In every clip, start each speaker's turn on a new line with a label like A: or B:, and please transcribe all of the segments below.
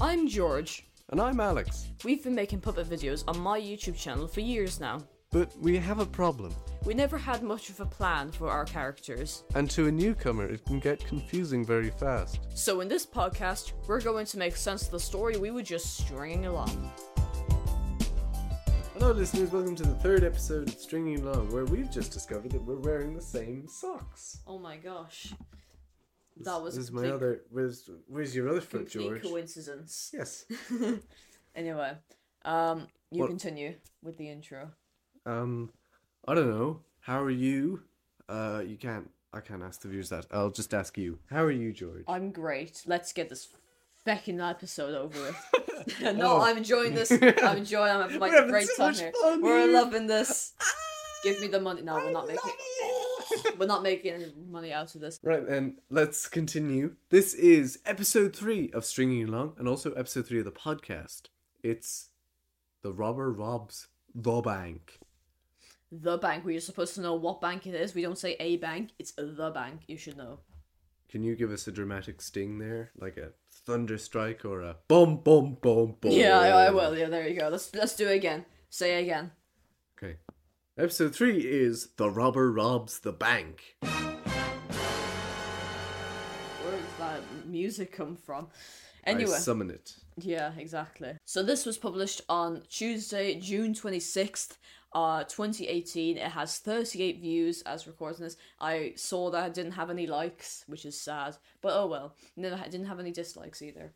A: I'm George.
B: And I'm Alex.
A: We've been making puppet videos on my YouTube channel for years now.
B: But we have a problem,
A: We never had much of a plan for our characters,
B: and to a newcomer, it can get confusing very fast.
A: so in this podcast, we're going to make sense of the story we were just stringing along.
B: Hello, listeners, welcome to the third episode of Stringing Along, where we've just discovered that we're wearing the same socks.
A: Oh my gosh. That was
B: this is
A: a
B: my
A: complete-
B: other. Where's, where's your other foot,
A: complete
B: George?
A: coincidence.
B: Yes.
A: Anyway, um, you
B: Well-
A: continue with the intro.
B: Um, I don't know. How are you? Uh, you can't. I can't ask the viewers that. I'll just ask you. How are you, George?
A: I'm great. Let's get this fucking episode over with. no,
B: Oh.
A: I'm enjoying this. I'm enjoying. I'm having like,
B: We're
A: a
B: having
A: great
B: so
A: time
B: much
A: here.
B: fun
A: We're
B: here. Ah,
A: loving this. Give me the money. No, we're not
B: I
A: making.
B: love you.
A: We're not making any money out of this.
B: Right then, let's continue. This is episode three of Stringing Along, and also episode three of the podcast. It's the robber robs the bank.
A: The bank. We're supposed to know what bank it is. We don't say a bank. It's the bank. You should know.
B: Can you give us a dramatic sting there, like a thunder strike or a boom, boom, boom, boom?
A: Yeah, I, I will. Yeah, there you go. Let's let's do it again. Say it again.
B: Okay. Episode three is the robber robs the bank.
A: Where does that music come from?
B: I
A: Anyway.
B: summon it.
A: Yeah, exactly. So this was published on Tuesday, June 26th, uh, 2018. It has 38 views as recording this. I saw that it didn't have any likes, which is sad, but oh well. No, it didn't have any dislikes either.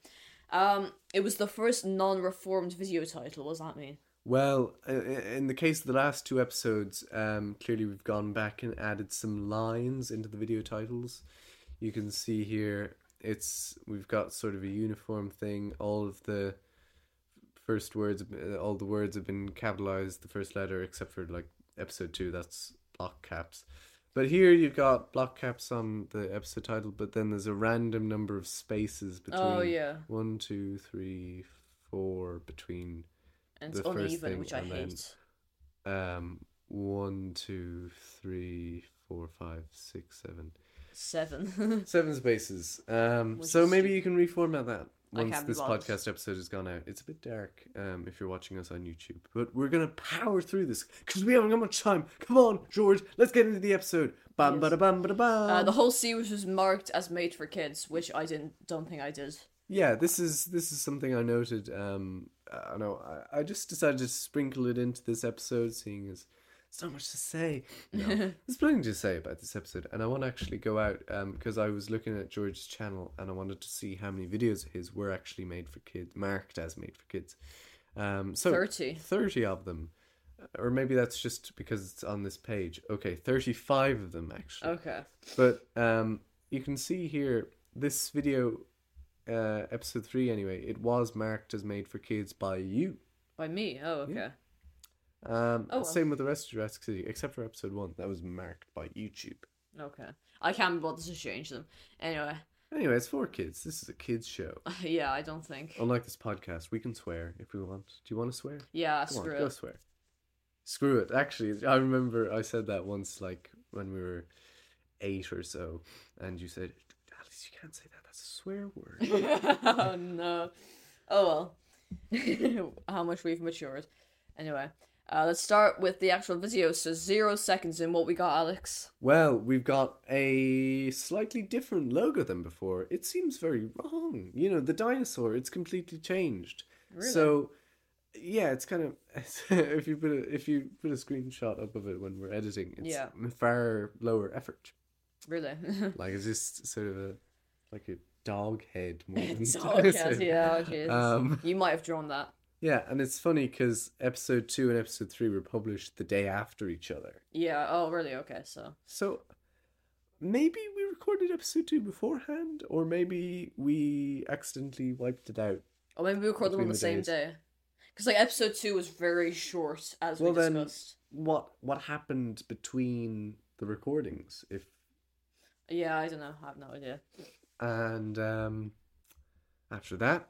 A: Um, it was the first non-reformed video title. What does that mean?
B: Well, i- i- in the case of the last two episodes, um, clearly we've gone back and added some lines into the video titles. You can see here it's we've got sort of a uniform thing. All of the first words, uh, all the words have been capitalized. The first letter, except for like episode two, that's block caps. But here you've got block caps on the episode title, but then there's a random number of spaces between
A: Oh, yeah.
B: one, two, three, four between
A: And it's
B: The first
A: uneven,
B: thing
A: which I
B: and then-
A: hate.
B: um, one, two, three, four, five, six, seven.
A: Seven.
B: Seven spaces. Um,
A: Which
B: so
A: is
B: maybe you can reformat that
A: I
B: once
A: can't be
B: this
A: bothered.
B: podcast episode has gone out. It's a bit dark um, if you're watching us on YouTube, but we're gonna power through this because we haven't got much time. Come on, George, let's get into the episode. Bam,
A: Yes.
B: bada, bam, bada, bam.
A: uh, the whole series was marked as made for kids, which I didn't. Don't think I did.
B: Yeah, this is this is something I noted. Um, I don't know. I, I just decided to sprinkle it into this episode, seeing as there's not much to say. No, there's plenty to say about this episode, and I want to actually go out because I was looking at George's channel and I wanted to see how many videos of his were actually made for kids, marked as made for kids. Um, so
A: 30.
B: 30 of them, or maybe that's just because it's on this page. Okay, thirty-five of them actually.
A: Okay.
B: But um, you can see here this video, uh, episode three anyway. It was marked as made for kids by you.
A: By me. Oh, okay.
B: Um,
A: Oh, well.
B: Same with the rest of Jurassic City, except for episode one that was marked by YouTube.
A: Okay. I can't be bothered to change them. Anyway,
B: Anyway, it's for kids. This is a kids show.
A: yeah, I don't think.
B: Unlike this podcast, we can swear if we want. Do you want to swear?
A: Yeah,
B: Come
A: screw
B: on, go
A: it.
B: swear. Screw it. Actually, I remember I said that once, like when we were eight or so, and you said, "Alice, you can't say that. That's a swear word."
A: oh no. Oh well. How much we've matured. Anyway, uh, let's start with the actual video. So zero seconds in what we got, Alex.
B: Well, we've got a slightly different logo than before. It seems very wrong. You know, the dinosaur, it's completely changed.
A: Really?
B: So, yeah, it's kind of if you put a, if you put a screenshot up of it when we're editing, it's
A: Yeah.
B: far lower effort.
A: Really?
B: Like it's just sort of a like a dog head more than
A: it's all
B: dinosaur.
A: cat, yeah, jeez.
B: Um,
A: You might have drawn that.
B: yeah, and it's funny because episode two and episode three were published the day after each other.
A: Yeah, oh really, okay, so.
B: So maybe we recorded episode two beforehand, or maybe we accidentally wiped it out.
A: Or Oh, maybe we recorded them on
B: Between
A: the
B: the
A: same
B: days.
A: day. Because like episode two was very short, as
B: Well,
A: we
B: then-
A: discussed.
B: What what happened between the recordings? If
A: Yeah, I don't know. I have no idea.
B: and um, after that,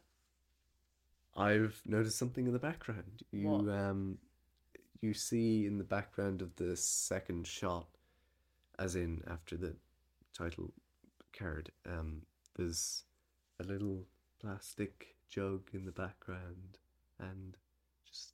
B: I've noticed something in the background. You
A: What?
B: um, you see in the background of the second shot, as in after the title card. Um, there's a little plastic jug in the background, and just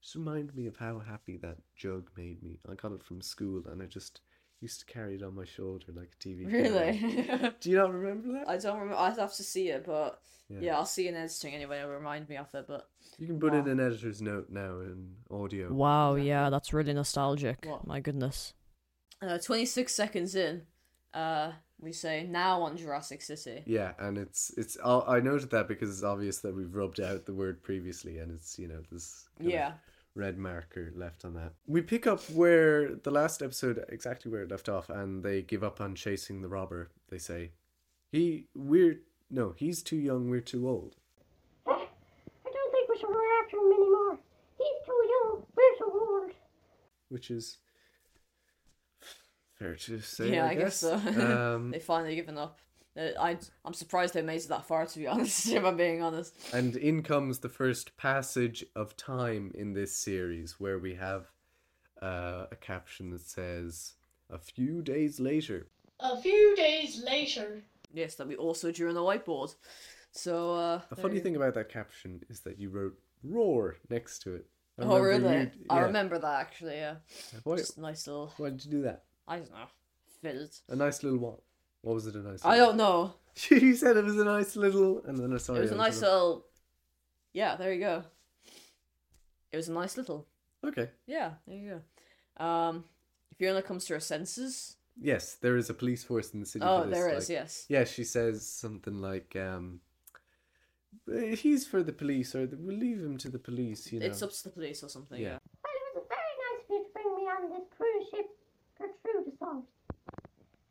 B: just remind me of how happy that jug made me. I got it from school, and I just used to carry it on my shoulder like a TV. carry.
A: Really?
B: Do you not remember that?
A: I don't remember. I'd have to see it, but
B: Yeah.
A: yeah, I'll see it in editing anyway. It'll remind me of it, but
B: You can put
A: Wow.
B: in an editor's note now in audio.
C: Wow, yeah, that's really nostalgic.
A: What?
C: My goodness.
A: uh, 26 seconds in, uh, we say now on Jurassic City.
B: Yeah, and it's it's. I I noted that because it's obvious that we've rubbed out the word previously, and it's you know this. kind of
A: Yeah.
B: red marker left on that. We pick up where the last episode exactly where it left off, and they give up on chasing the robber. They say, "He, we're no, he's too young. We're too old."
D: I don't think we should go after him anymore. He's too young. We're too old.
B: which is fair to say.
A: Yeah,
B: I,
A: I guess so.
B: um,
A: They finally given up. Uh, I I'm surprised they made it that far. To be honest, if I'm being honest.
B: and in comes the first passage of time in this series, where we have uh, a caption that says, "A few days later."
E: A few days later,
A: Yes, that we also drew on the whiteboard. So uh,
B: The
A: there
B: funny
A: you-
B: thing about that caption is that you wrote "roar" next to it. I
A: Oh really?
B: remember you-
A: I
B: yeah.
A: remember that actually. Yeah,
B: Why,
A: just a nice little.
B: why did you do that?
A: I don't know. Fitted.
B: A nice little what? What was it? A nice.
A: I
B: little-
A: don't know.
B: you said it was a nice little, and then I saw
A: It was
B: you
A: a
B: and
A: nice
B: sort
A: little. Yeah, there you go. It was a nice little.
B: of- Okay.
A: Yeah, there you go. Um, Fiona comes to her senses.
B: Yes, there is a police force in the city.
A: Oh,
B: for this,
A: there is.
B: like,
A: Yes.
B: Yeah, she says something like, um, "Eh, "He's for the police, or the, we'll leave him to the police." You know,
A: It's up to the police or something. Yeah.
B: Yeah.
D: Well, it was very nice of you to bring me on this cruise ship, Gertrudosaurus.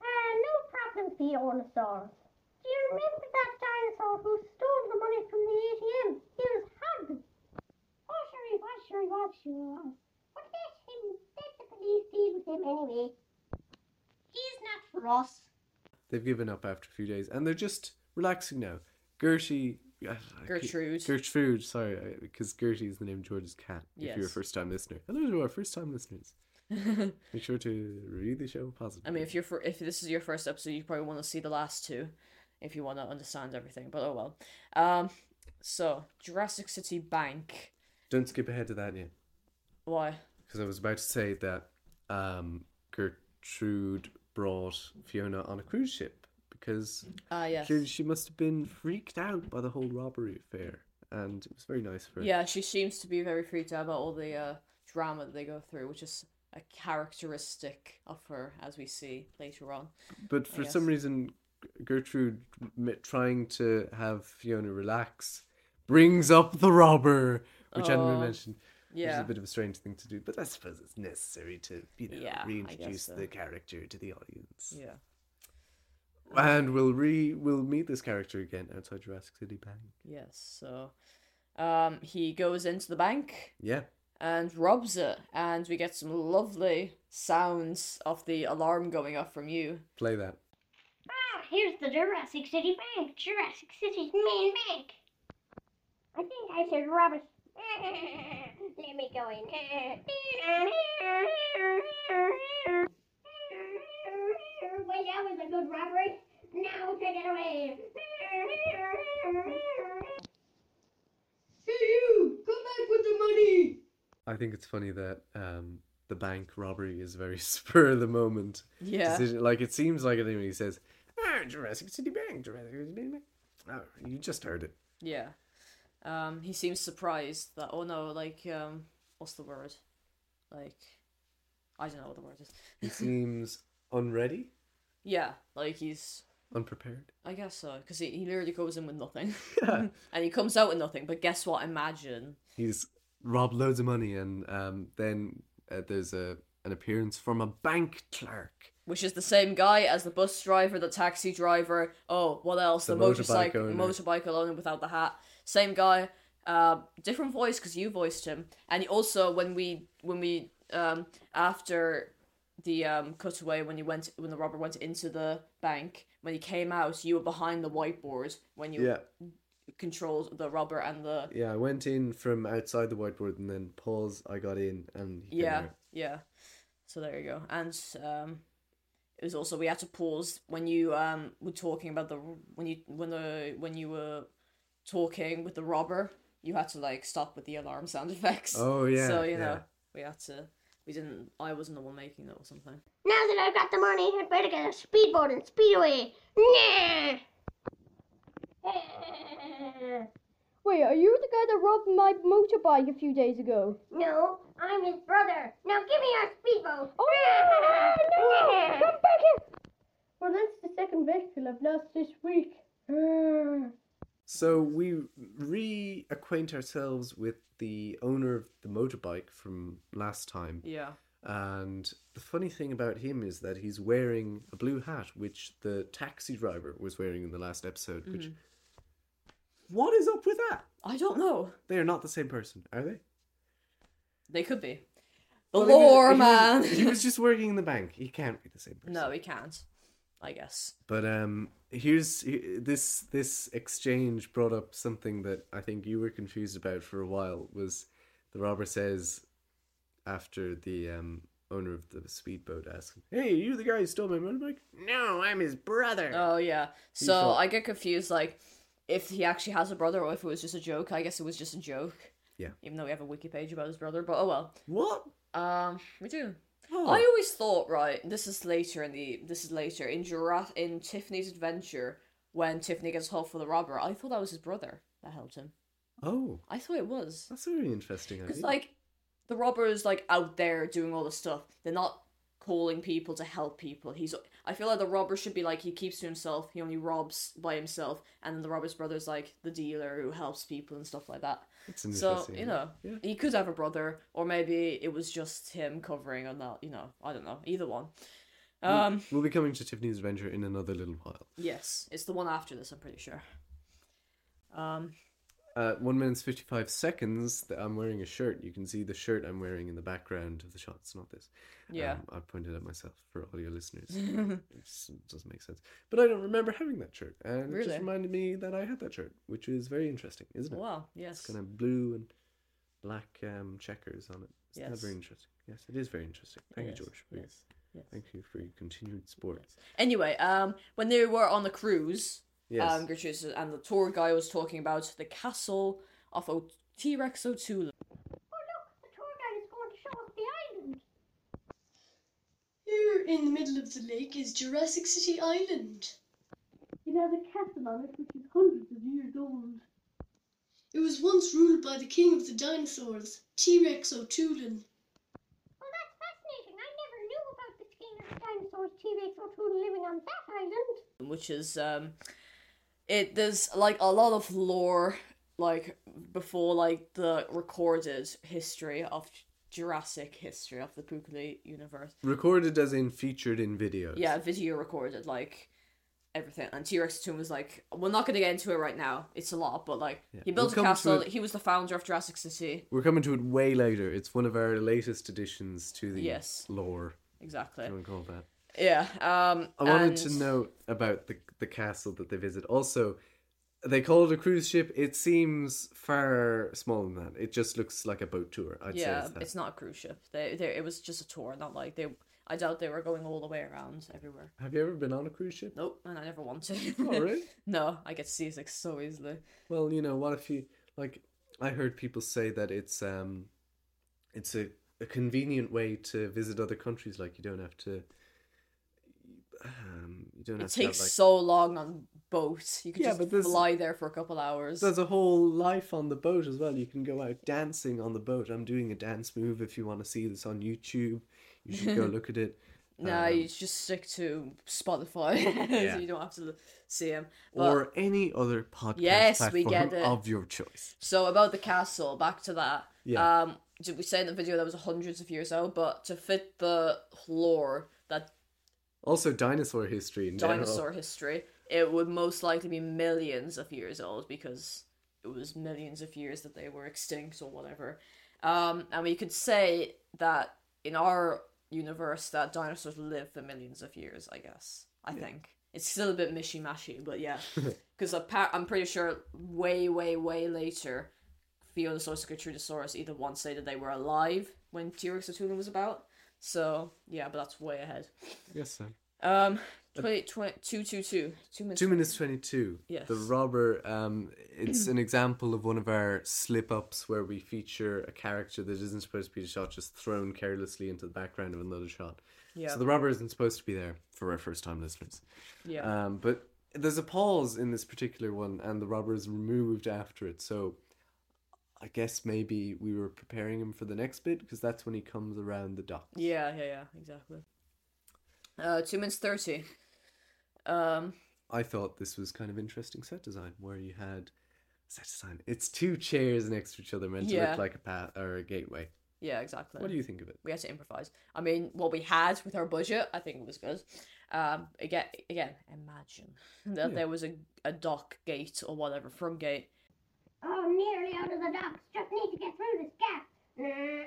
D: Uh, no problem, Theonosaurus. Do you remember that dinosaur who stole the money from the ATM? He was Oh, hungry. Washery, washery, washery was. But let him, let the police deal with him anyway. He's not for us.
B: they've given up after a few days, and they're just relaxing now. Gertie, I- I keep-
A: Gertrude.
B: Gertrude, sorry, because Gertie is the name of George's cat. If you're a
A: Yes.
B: first-time listener, hello to our first-time listeners. Make sure to read the show positively.
A: I mean, if you're for, if this is your first episode, you probably want to see the last two, if you want to understand everything. But oh well. Um, so Jurassic City Bank.
B: don't skip ahead to that yet.
A: Why?
B: because I was about to say that um, Gertrude brought Fiona on a cruise ship because
A: Ah yes.
B: clearly she must have been freaked out by the whole robbery affair, and it was very nice for her.
A: Yeah, she seems to be very freaked out about all the uh, drama that they go through, which is a characteristic of her, as we see later on.
B: But for
A: guess.
B: some reason, Gertrude m- trying to have Fiona relax brings up the robber, which hadn't been
A: Oh,
B: mentioned. Which is
A: Yeah.
B: a bit of a strange thing to do, but I suppose it's necessary to, you know,
A: Yeah, I guess
B: reintroduce
A: so.
B: the character to the audience.
A: Yeah.
B: And we'll re we'll meet this character again outside Jurassic City Bank.
A: Yes. So, um, he goes into the bank
B: Yeah.
A: and robs it, and we get some lovely sounds of the alarm going off from you.
B: Play that.
D: Ah, here's the Jurassic City Bank. Jurassic City's main bank. I think I said Robert. Let me go in. Well, that was a good robbery. Now take it away.
E: see you. Come back with the money.
B: I think it's funny that um, the bank robbery is very spur of the moment
A: Yeah.
B: decision. Like it seems like it when he says, ah, "Jurassic City Bank, Jurassic City Bank." Oh, you just heard it.
A: Yeah. Um, he seems surprised that oh no, like um, what's the word? Like, I don't know what the word is.
B: He seems unready,
A: Yeah, like he's.
B: unprepared.
A: I guess so, because he, he literally goes in with nothing.
B: Yeah.
A: and he comes out with nothing, but guess what? Imagine.
B: He's robbed loads of money, and um, then uh, there's a an appearance from a bank clerk.
A: Which is the same guy as the bus driver, the taxi driver, oh, what else?
B: The
A: The,
B: motorbike
A: motorcycle
B: owner.
A: motorcycle owner without the hat. Same guy, uh, different voice because you voiced him. And also when we when we um after the um cutaway when he went when the robber went into the bank when he came out you were behind the whiteboard when you
B: Yeah,
A: controlled the robber and the
B: yeah. I went in from outside the whiteboard, and then pause. I got in, and he came
A: Yeah,
B: out.
A: yeah. So there you go. And um, it was also we had to pause when you um were talking about the when you when the when you were talking with the robber, you had to like stop with the alarm sound effects.
B: Oh, yeah,
A: So you
B: yeah.
A: know we had to. We didn't. I wasn't the one making it or something.
D: Now that I've got the money, I'd better get a speedboat and speed away. Nah.
F: Wait, are you the guy that robbed my motorbike a few days ago?
D: No, I'm his brother. Now give me your speedboat.
F: Oh, no,
D: Nah.
F: come back here!
D: Well, that's the second vehicle I've lost this week. Who
B: So we reacquaint ourselves with the owner of the motorbike from last time.
A: Yeah.
B: And the funny thing about him is that he's wearing a blue hat, which the taxi driver was wearing in the last episode. Which,
A: Mm-hmm.
B: what is up with that?
A: I don't know.
B: They are not the same person, are they?
A: They could be. The
B: Well, he was-
A: lore,
B: he
A: man.
B: was- He was just working in the bank. He can't be the same person.
A: no, he can't. I guess.
B: But um, here's he- this this exchange brought up something that I think you were confused about for a while. Was the robber says after the um owner of the speedboat asks, him, "Hey, you the guy who stole my motorbike?" No, I'm his brother.
A: Oh yeah. So
B: thought-
A: I get confused, like if he actually has a brother or if it was just a joke. I guess it was just a joke.
B: Yeah.
A: Even though we have a wiki page about his brother, but oh well.
B: What?
A: Um, we do.
B: Oh.
A: I always thought, right, this is later in the this is later in Jura- in Tiffany's adventure when Tiffany gets hauled for the robber. I thought that was his brother that helped him.
B: oh,
A: I thought it was
B: that's a very interesting idea.
A: because like the robber is like out there doing all the stuff. They're not calling people to help people. He's I feel like the robber should be like he keeps to himself. He only robs by himself, and then the robber's brother's like the dealer who helps people and stuff like that.
B: It's an
A: So
B: interesting
A: you
B: idea.
A: know,
B: Yeah.
A: he could have a brother, or maybe it was just him covering on that. You know, I don't know. Either one. Um.
B: we'll be coming to Tiffany's adventure in another little while.
A: Yes, it's the one after this. I'm pretty sure. Um.
B: Uh, one minute and fifty-five seconds. That I'm wearing a shirt. You can see the shirt I'm wearing in the background of the shot. It's not this.
A: Yeah.
B: um, I pointed out myself for audio listeners. It's- it doesn't make sense, but I don't remember having that shirt, and it
A: Really?
B: just reminded me that I had that shirt, which is very interesting, isn't it?
A: wow. Yes.
B: Kind of blue and black um, checkers on it. Isn't that
A: Yes.
B: very interesting? Yes, it is very interesting. Thank
A: Yes,
B: you, George. For your-
A: yes, yes.
B: Thank you for your continued support.
A: Anyway, um, when they were on the cruise,
B: Yes.
A: um, Gertrude's and the tour guy was talking about the castle of o- T Rex O'Toole.
D: the tour guide is going to show us the island.
E: Here in the middle of the lake is Jurassic City Island.
D: It has a castle on it which is hundreds of years old.
E: It was once ruled by the king of the dinosaurs, T Rex O'Toolan.
D: Well, that's fascinating. I never knew about the king of the dinosaurs, T-Rex, or two living on that island.
A: which is um it there's like a lot of lore like before like the recorded history of Jurassic history of the Pukuli universe.
B: Recorded as in featured in videos.
A: Yeah, video recorded like everything. And T Rex Tomb was like, we're not gonna get into it right now. It's a lot, but like
B: Yeah,
A: he built a
B: we'll come to
A: castle.
B: it.
A: He was the founder of Jurassic City.
B: We're coming to it way later. It's one of our latest additions to the
A: Yes.
B: lore.
A: Exactly.
B: If you want to call it that?
A: Yeah. Um.
B: I wanted
A: and-
B: to note about the the castle that they visit. Also, they call it a cruise ship. It seems far smaller than that. It just looks like a boat tour. I'd say
A: Yeah,
B: it's that.
A: it's not a cruise ship. They, they, it was just a tour, not like they. I doubt they were going all the way around everywhere.
B: Have you ever been on a cruise ship?
A: Nope, and I never want to.
B: Oh, really?
A: No, I get seasick so easily.
B: Well, you know, what if you like? I heard people say that it's um, it's a, a convenient way to visit other countries. Like you don't have to. Um, you don't
A: It
B: have to have,
A: takes
B: like,
A: so long on boats. You could
B: Yeah,
A: just
B: but this-
A: fly there for a couple hours.
B: There's a whole life on the boat as well. You can go out dancing on the boat. I'm doing a dance move if you want to see this on YouTube. You should go look at it.
A: Nah,
B: um,
A: you just stick to Spotify.
B: Yeah.
A: so you don't have to l- see him. But,
B: or any other podcast
A: Yes, we
B: platform
A: get it. Uh,
B: of your choice.
A: so about the castle, back to that.
B: Yeah.
A: Um, did we say in the video that was hundreds of years old? But to fit the lore that
B: Also, dinosaur history in general.
A: dinosaur history, it would most likely be millions of years old because it was millions of years that they were extinct or whatever. Um, and we could say that in our universe that dinosaurs live for millions of years. I guess I think it's still a bit mishy mashy, but yeah, because I'm pretty sure way, way, way later. Theodosaurus and Gertrudosaurus either one say that they were alive when T Rex O'Toole was about. So, yeah, but that's way ahead.
B: Yes, Sam.
A: Um, Twenty twenty two two two two minutes.
B: Two minutes twenty two.
A: Yes.
B: The robber. Um, it's an example of one of our slip ups where we feature a character that isn't supposed to be shot just thrown carelessly into the background of another shot.
A: Yeah.
B: So the robber isn't supposed to be there for our first time listeners.
A: yeah.
B: Um, but there's a pause in this particular one, and the robber is removed after it. So I guess maybe we were preparing him for the next bit because that's when he comes around the dock.
A: yeah. Yeah. Yeah. Exactly. Uh, two minutes thirty. Um.
B: I thought this was kind of interesting set design where you had set design. It's two chairs next to each other meant to
A: Yeah.
B: look like a path or a gateway.
A: Yeah. Exactly.
B: What do you think of it?
A: we had to improvise. I mean, what we had with our budget, I think it was good. Um, again, again, imagine that
B: Yeah.
A: there was a, a dock gate or whatever from gate.
D: Oh, nearly out of the docks. Just need to get through this gap. Nah. Hmm.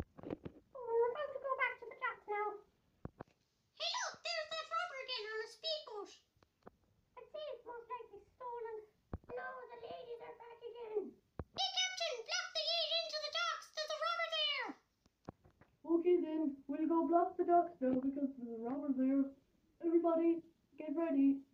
D: Oh, we're about to go back to the docks now. Hey, look! There's that robber again on a speedboat. I'd say it's most likely stolen. No, the ladies are back again. Hey, Captain! Block the gate into the docks. There's a robber there.
E: Okay then, we'll go block the docks now because there's a robber there. Everybody, get ready.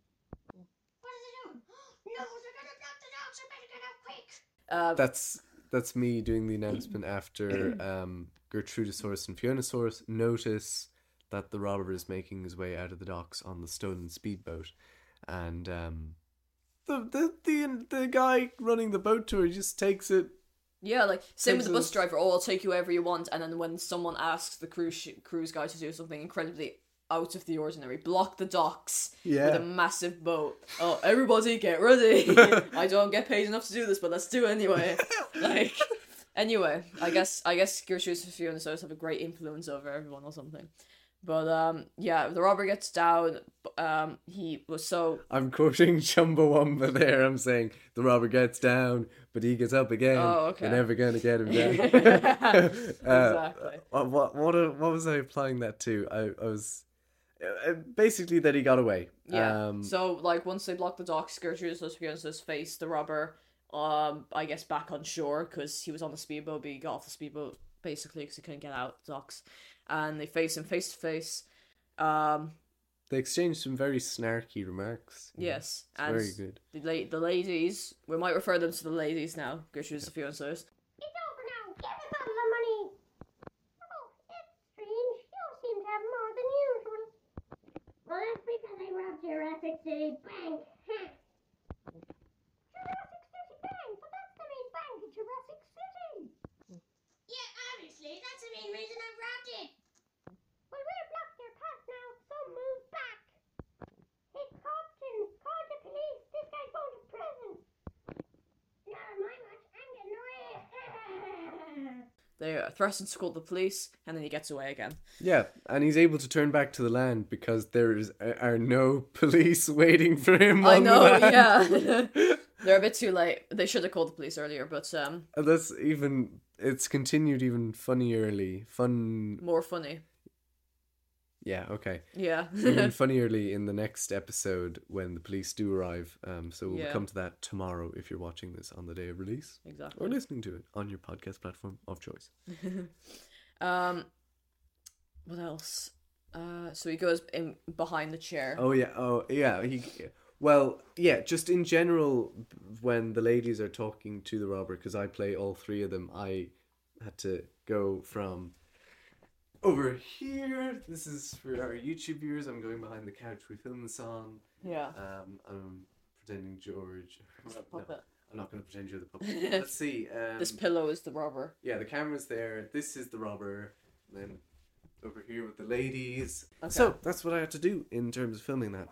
D: What is it doing? No, they're gonna block the docks. I better get out quick.
A: Uh,
B: That's that's me doing the announcement after um, Gertrudosaurus and Fionasaurus notice that the robber is making his way out of the docks on the stolen speedboat, and um, the, the the the guy running the boat tour just takes it.
A: yeah, like same with the bus
B: Texas.
A: driver. Oh, I'll take you wherever you want. And then when someone asks the cruise sh- cruise guy to do something incredibly out of the ordinary, block the docks with
B: Yeah.
A: a massive boat. Oh, everybody, get ready! I don't get paid enough to do this, but let's do it anyway. like. Anyway, I guess I guess Gertrude's and Fiona Solis have a great influence over everyone or something. But um, yeah, the robber gets down. b- Um, he was so
B: I'm quoting Chumbawamba there. I'm saying the robber gets down, but he gets up again.
A: Oh, okay.
B: You're never gonna get him down.
A: Exactly.
B: What what what, a- what was I applying that to? I, I was uh, uh, basically that he got away.
A: yeah.
B: Um,
A: so like once they block the docks, Gertrude and Fiona Solis face the robber. Um, I guess back on shore because he was on the speedboat, but he got off the speedboat basically because he couldn't get out the docks, and they face him face to face. Um,
B: they exchanged some very snarky remarks.
A: yes,
B: It's
A: and
B: very good.
A: the la- the ladies. We might refer them to the ladies now. Gertrude and Fiona Solis.
D: It's over now. Give us all the money. Oh, it's strange. You seem to have more than usual. Well, that's because I robbed Jurassic City Bank. Huh. Jurassic City Bank? But that's the main bank in Jurassic City. Yeah, obviously. That's the main reason I robbed it. Well, we're blocked their path now, so move back. Hey, Compton, call the police. This guy's going to prison. Not on my watch. I'm getting away.
A: They are threatened to call the police, and then he gets away again.
B: Yeah, and he's able to turn back to the land because there is are no police waiting for him.
A: I
B: on the
A: know,
B: land.
A: yeah. They're a bit too late. They should have called the police earlier, but um,
B: And that's even it's continued even funnierly. Fun
A: more funny.
B: yeah, okay.
A: Yeah.
B: Even funnierly in the next episode when the police do arrive. Um so we'll
A: Yeah.
B: come to that tomorrow if you're watching this on the day of release. Or
A: exactly.
B: listening to it on your podcast platform of choice.
A: Um, what else? Uh, so he goes in behind the chair.
B: Oh yeah, oh yeah, he well, yeah, just in general when the ladies are talking to the robber because I play all three of them, I had to go from over here. This is for our YouTube viewers. I'm going behind the couch we film this on.
A: Yeah.
B: Um, I'm pretending George. No,
A: puppet.
B: I'm not going to pretend you're the puppet. Let's see. Um,
A: This pillow is the robber.
B: yeah, the camera's there. This is the robber. Then over here with the ladies. So that's what I had to do in terms of filming that.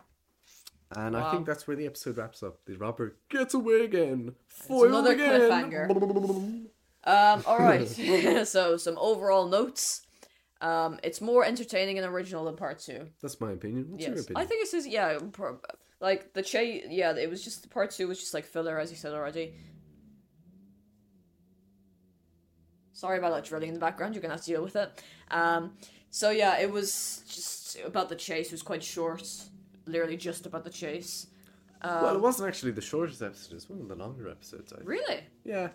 B: And I
A: Wow.
B: think that's where the episode wraps up. The robber gets away again. Foiled
A: another
B: again.
A: Um, all right. so some overall notes. Um, it's more entertaining and original than part two.
B: That's my opinion. What's your
A: Yes,
B: opinion?
A: I think this is yeah, pro- like the chase. Yeah, it was just part two was just like filler, as you said already. Sorry about that drilling in the background. You're gonna have to deal with it. Um, so yeah, it was just about the chase. It was quite short, literally just about the chase.
B: well, it wasn't actually the shortest episode. It's one of the longer episodes. I think.
A: Really?
B: Yeah,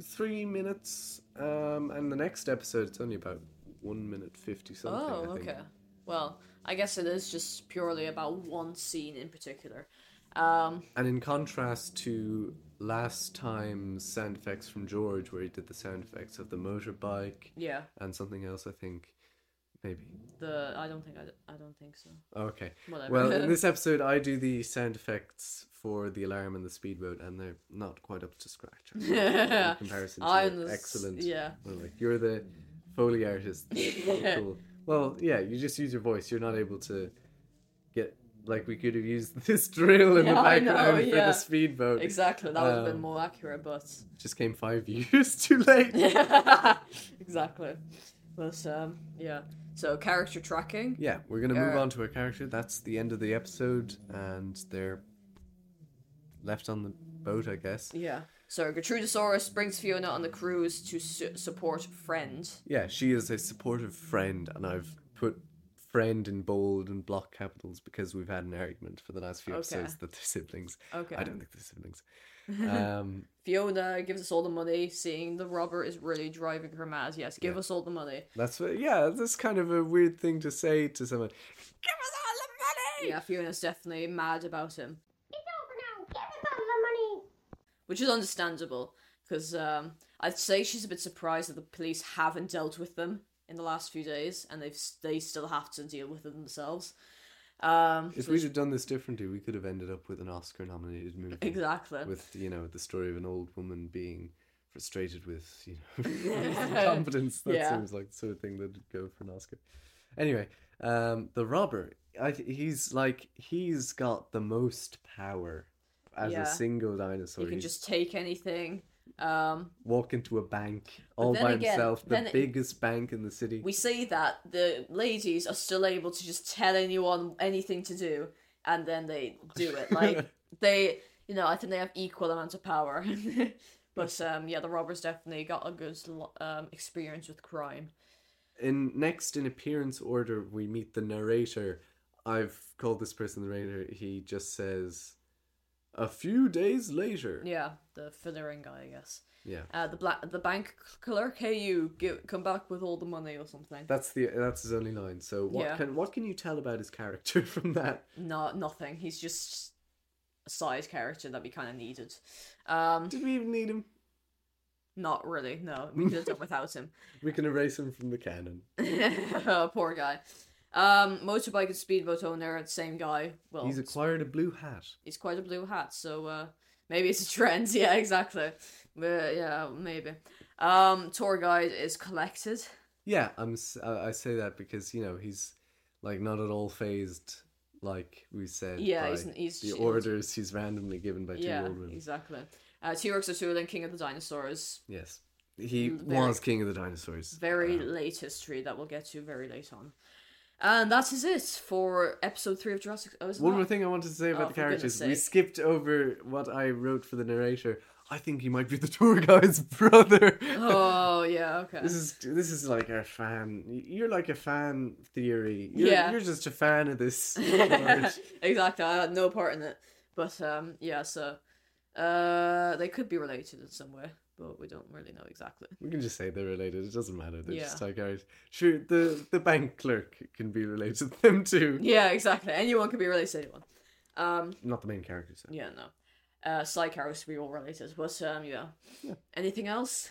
B: it's three minutes. Um, and the next episode it's only about one minute fifty something.
A: Oh,
B: I think.
A: okay. Well, I guess it is just purely about one scene in particular. Um,
B: And in contrast to last time's sound effects from George, where he did the sound effects of the motorbike
A: yeah,
B: and something else, I think, maybe.
A: the I don't think I, I don't think so.
B: Okay.
A: Whatever.
B: Well, in this episode, I do the sound effects for the alarm and the speedboat, and they're not quite up to scratch. I think, in comparison to
A: I'm
B: your
A: the s-
B: excellent.
A: Yeah,
B: Well, like, you're the foley artist. cool. Well, yeah, you just use your voice. You're not able to get like we could have used this drill in the
A: Yeah, I know,
B: background for
A: yeah.
B: the speedboat.
A: exactly. That would have
B: Um,
A: been more accurate, but
B: just came five years too late.
A: exactly. But um, yeah. So character tracking.
B: yeah, we're gonna move
A: Uh,
B: on to a character. That's the end of the episode, and they're left on the boat, I guess.
A: Yeah. So Gertrudosaurus brings Fiona on the cruise to su- support friend.
B: Yeah, she is a supportive friend, and I've put friend in bold and block capitals because we've had an argument for the last few
A: Okay.
B: episodes that they're siblings.
A: Okay.
B: I don't think they're siblings. Um,
A: Fiona gives us all the money. Seeing the robber is really driving her mad. Yes, give
B: Yeah.
A: us all the money.
B: that's what, yeah, that's kind of a weird thing to say to someone.
A: Yeah, Fiona's definitely mad about him,
D: It's over now. Give us all the money.
A: which is understandable because um, I'd say she's a bit surprised that the police haven't dealt with them in the last few days, and they've s- they still have to deal with it themselves. Um,
B: If
A: so
B: we'd
A: she-
B: have done this differently, we could have ended up with an Oscar-nominated movie.
A: exactly.
B: With you know the story of an old woman being frustrated with you know confidence. That
A: Yeah.
B: seems like the sort of thing that'd go for an Oscar. Anyway, um, the robber. I, th- he's like he's got the most power as
A: Yeah.
B: a single dinosaur.
A: you can
B: He'd
A: just take anything. Um,
B: walk into a bank all
A: then
B: by
A: again,
B: himself, the
A: then it-
B: biggest bank in the city.
A: we say that the ladies are still able to just tell anyone anything to do, and then they do it. Like they, you know, I think they have equal amount of power. but um, yeah, the robbers definitely got a good lo- um, experience with crime.
B: in next in appearance order we meet the narrator i've called this person the narrator he just says a few days later
A: Yeah, the fillering guy, I guess.
B: yeah
A: Uh, the black, the bank clerk. Hey, you, give, come back with all the money or something.
B: that's the that's his only line so what
A: Yeah.
B: can what can you tell about his character from that
A: No, nothing. He's just a side character that we kind of needed. Um,
B: did we even need him
A: not really. No, we could have done without him.
B: we can erase him from the canon
A: oh, poor guy. Um, motorbike and speedboat owner, same guy. Well,
B: he's acquired a blue hat
A: he's quite a blue hat, so uh, maybe it's a trend. Yeah, exactly. But, yeah, maybe. Um, tour guide is collected.
B: yeah i'm s- I- I say that because you know he's like not at all phased like we said
A: Yeah,
B: by
A: he's, he's
B: the
A: he's-
B: orders he's randomly given by two
A: Yeah,
B: old women
A: exactly. Uh, T Rex O'Toolan, King of the Dinosaurs.
B: Yes. He
A: Very-
B: was king of the dinosaurs.
A: Very
B: Um,
A: late history that we'll get to very late on. And that is it for episode three of Jurassic. Oh, is it
B: One
A: not?
B: more thing I wanted to say about
A: Oh,
B: the
A: for goodness
B: characters. We
A: sake.
B: skipped over what I wrote for the narrator. I think he might be the tour guide's brother.
A: Oh yeah, okay.
B: This is this is like our fan. You're like a fan theory. You're,
A: Yeah.
B: you're just a fan of this. story.
A: exactly. I had no part in it. But um, yeah. So, uh, they could be related in some way, but we don't really know exactly.
B: we can just say they're related. It doesn't matter. They're just
A: Yeah.
B: like ours. Sure, the the bank clerk can be related to them too.
A: Yeah, exactly. Anyone could be related to anyone. Um,
B: Not the main characters. Though.
A: yeah, no. Uh, side characters could be all related, but um, yeah. Anything else?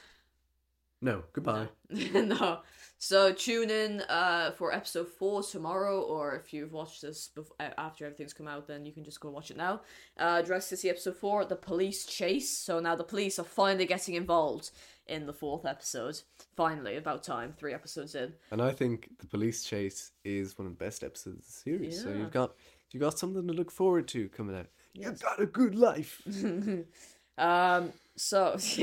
B: No. Goodbye.
A: no. So tune in uh for episode four tomorrow, or if you've watched this bef- a- after everything's come out, then you can just go watch it now. Uh, Dress to see episode four, the police chase. So now the police are finally getting involved in the fourth episode. Finally, about time. Three episodes in.
B: And I think the police chase is one of the best episodes of the series. So
A: Yeah.
B: you've got you've got something to look forward to coming out. You've got a good life.
A: Um. So.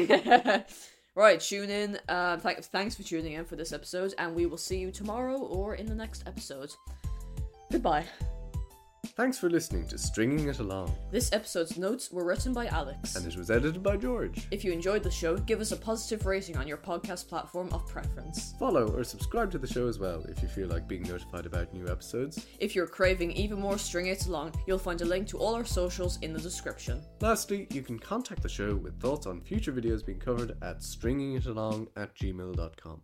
A: Right, tune in. Uh, th- thanks for tuning in for this episode, and we will see you tomorrow or in the next episode. Goodbye.
B: Thanks for listening to Stringing It Along,
A: This episode's notes were written by Alex.
B: and it was edited by George.
A: If you enjoyed the show, give us a positive rating on your podcast platform of preference.
B: Follow or subscribe to the show as well if you feel like being notified about new episodes.
A: If you're craving even more string it along, you'll find a link to all our socials in the description.
B: Lastly, you can contact the show with thoughts on future videos being covered at stringingitalong at gmail.com.